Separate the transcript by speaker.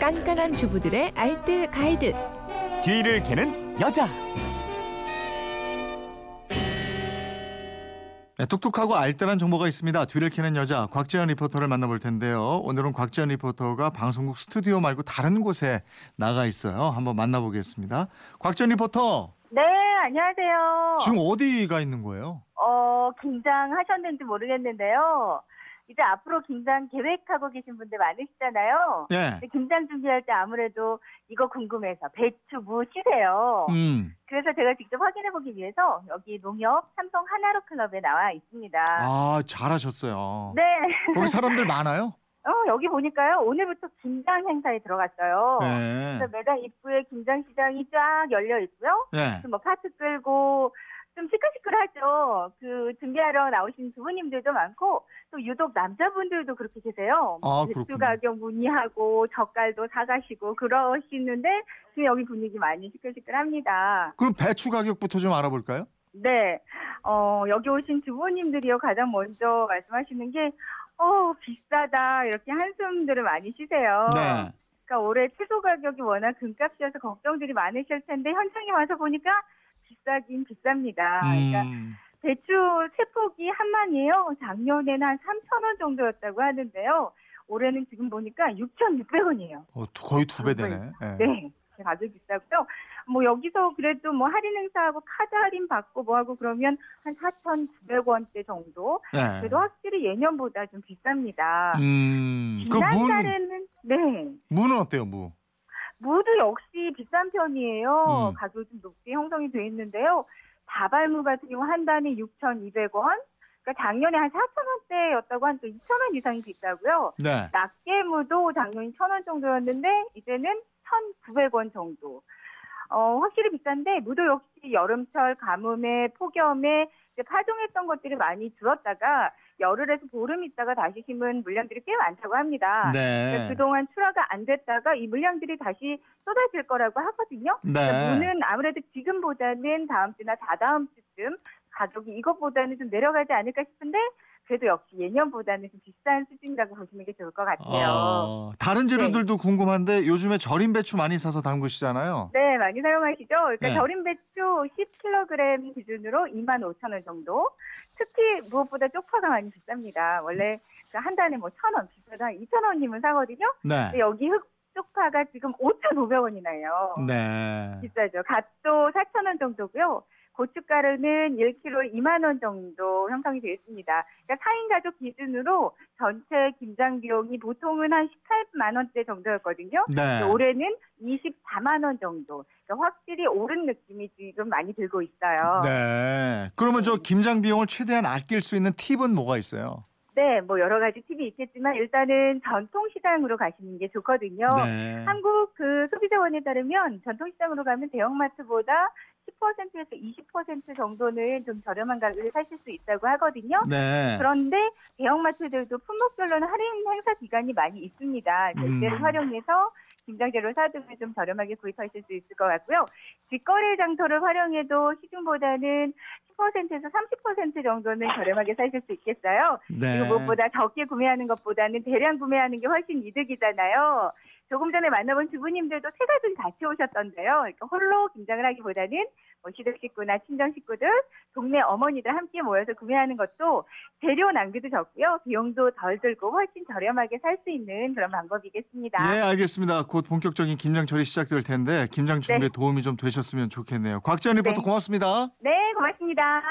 Speaker 1: 깐깐한 주부들의 알뜰 가이드.
Speaker 2: 뒤를 캐는 여자.
Speaker 3: 네, 똑똑하고 알뜰한 정보가 있습니다. 뒤를 캐는 여자 곽지연 리포터를 만나볼 텐데요. 오늘은 곽지연 리포터가 방송국 스튜디오 말고 다른 곳에 나가 있어요. 한번 만나보겠습니다. 곽지연 리포터
Speaker 4: 네, 안녕하세요.
Speaker 3: 지금 어디가 있는 거예요?
Speaker 4: 어, 긴장하셨는지 모르겠는데요. 이제 앞으로 긴장 계획하고 계신 분들 많으시잖아요.
Speaker 3: 예.
Speaker 4: 근데 긴장 준비할 때 아무래도 이거 궁금해서 배추 무시세요.
Speaker 3: 음.
Speaker 4: 그래서 제가 직접 확인해보기 위해서 여기 농협 삼성 하나로 클럽에 나와 있습니다.
Speaker 3: 아 잘하셨어요.
Speaker 4: 네,
Speaker 3: 거기 사람들 많아요?
Speaker 4: 어, 여기 보니까요. 오늘부터 긴장 행사에 들어갔어요.
Speaker 3: 네.
Speaker 4: 그래서 매장 입구에 긴장 시장이 쫙 열려 있고요.
Speaker 3: 예.
Speaker 4: 지금 뭐 카트 끌고 좀 시끌시끌하죠. 그 준비하러 나오신 부모님들도 많고 또 유독 남자분들도 그렇게 계세요.
Speaker 3: 아,
Speaker 4: 맥주
Speaker 3: 그렇군요.
Speaker 4: 가격 문의하고 젓갈도 사가시고 그러시는데 지금 여기 분위기 많이 시끌시끌합니다.
Speaker 3: 그럼 배추 가격부터 좀 알아볼까요?
Speaker 4: 네, 어, 여기 오신 주부님들이요 가장 먼저 말씀하시는 게 어, 비싸다 이렇게 한숨들을 많이 쉬세요.
Speaker 3: 네.
Speaker 4: 그러니까 올해 채소 가격이 워낙 금값이어서 걱정들이 많으실 텐데 현장에 와서 보니까 비싸긴 비쌉니다. 그러니까
Speaker 3: 음.
Speaker 4: 대추 세폭이 한만이에요. 작년에는 한 3천 원 정도였다고 하는데요. 올해는 지금 보니까 6,600원이에요.
Speaker 3: 어, 두- 거의 두 배 되네. 예.
Speaker 4: 네. 가격 비싸고요. 뭐 여기서 그래도 뭐 할인 행사하고 카드 할인 받고 뭐 하고 그러면 한 4,900원대 정도.
Speaker 3: 예.
Speaker 4: 그래도 확실히 예년보다 좀 비쌉니다.
Speaker 3: 음. 그 문,
Speaker 4: 지난달에는 네.
Speaker 3: 문은 어때요, 무?
Speaker 4: 무도 역시 비싼 편이에요.
Speaker 3: 음.
Speaker 4: 가격이 좀 높게 형성이 돼 있는데요. 다발무 같은 경우 한 단위 6,200원. 그러니까 작년에 한 4,000원대였다고 한 또 2,000원 이상이 비싸고요.
Speaker 3: 네.
Speaker 4: 낱개무도 작년에 1,000원 정도였는데 이제는 1,900원 정도. 어, 확실히 비싼데 무도 역시 여름철 가뭄에 폭염에 이제 파종했던 것들이 많이 줄었다가 열흘에서 보름 있다가 다시 심은 물량들이 꽤 많다고 합니다. 그러니까
Speaker 3: 네.
Speaker 4: 그동안 출하가 안 됐다가 이 물량들이 다시 쏟아질 거라고 하거든요. 그러니까
Speaker 3: 네.
Speaker 4: 무는 아무래도 지금보다는 다음 주나 다다음 주쯤 가격이 이것보다는 좀 내려가지 않을까 싶은데 그래도 역시 예년보다는 좀 비싼 수준이라고 보시는 게 좋을 것 같아요. 예.
Speaker 3: 어, 다른 재료들도 궁금한데 요즘에 절임 배추 많이 사서 담그시잖아요.
Speaker 4: 네, 많이 사용하시죠. 그러니까
Speaker 3: 네.
Speaker 4: 절임 배추 10kg 기준으로 25,000원 정도. 특히 무엇보다 쪽파가 많이 비쌉니다. 원래 그한 단에 뭐 1,000원 비싸다 2,000원이면 사거든요.
Speaker 3: 네.
Speaker 4: 근데 여기 흑쪽파가 지금 5,500원이나요.
Speaker 3: 네.
Speaker 4: 비싸죠. 갓도 4,000원 정도고요. 고춧가루는 1kg 2만 원 정도 형성이 되어 있습니다. 그러니까 4인 가족 기준으로 전체 김장 비용이 보통은 한 18만 원대 정도였거든요.
Speaker 3: 네.
Speaker 4: 근데 올해는 24만 원 정도. 그러니까 확실히 오른 느낌이 지금 많이 들고 있어요.
Speaker 3: 네. 그러면 저 김장 비용을 최대한 아낄 수 있는 팁은 뭐가 있어요?
Speaker 4: 네, 뭐 여러 가지 팁이 있겠지만 일단은 전통 시장으로 가시는 게 좋거든요.
Speaker 3: 네.
Speaker 4: 한국 그 소비자원에 따르면 전통시장으로 가면 대형마트보다 10%에서 20% 정도는 좀 저렴한 가격에 사실 수 있다고 하거든요.
Speaker 3: 네.
Speaker 4: 그런데 대형마트들도 품목별로는 할인 행사 기간이 많이 있습니다. 그래서
Speaker 3: 음.
Speaker 4: 이때를 활용해서 김장재료 사두면 좀 저렴하게 구입하실 수 있을 것 같고요. 직거래 장터를 활용해도 시중보다는 10%에서 30% 정도는 저렴하게 사실 수 있겠어요.
Speaker 3: 네.
Speaker 4: 그리고 뭐 무엇보다 적게 구매하는 것보다는 대량 구매하는 게 훨씬 이득이잖아요. 조금 전에 만나본 주부님들도 세 가족 같이 오셨던데요. 그러니까 홀로 김장을 하기보다는 뭐 시댁 식구나 친정 식구들, 동네 어머니들 함께 모여서 구매하는 것도 재료 낭비도 적고요. 비용도 덜 들고 훨씬 저렴하게 살 수 있는 그런 방법이겠습니다.
Speaker 3: 네, 알겠습니다. 곧 본격적인 김장철이 시작될 텐데 김장 준비에 도움이 좀 되셨으면 좋겠네요. 곽지연 리포터
Speaker 4: 네.
Speaker 3: 고맙습니다.
Speaker 4: 네, 고맙습니다.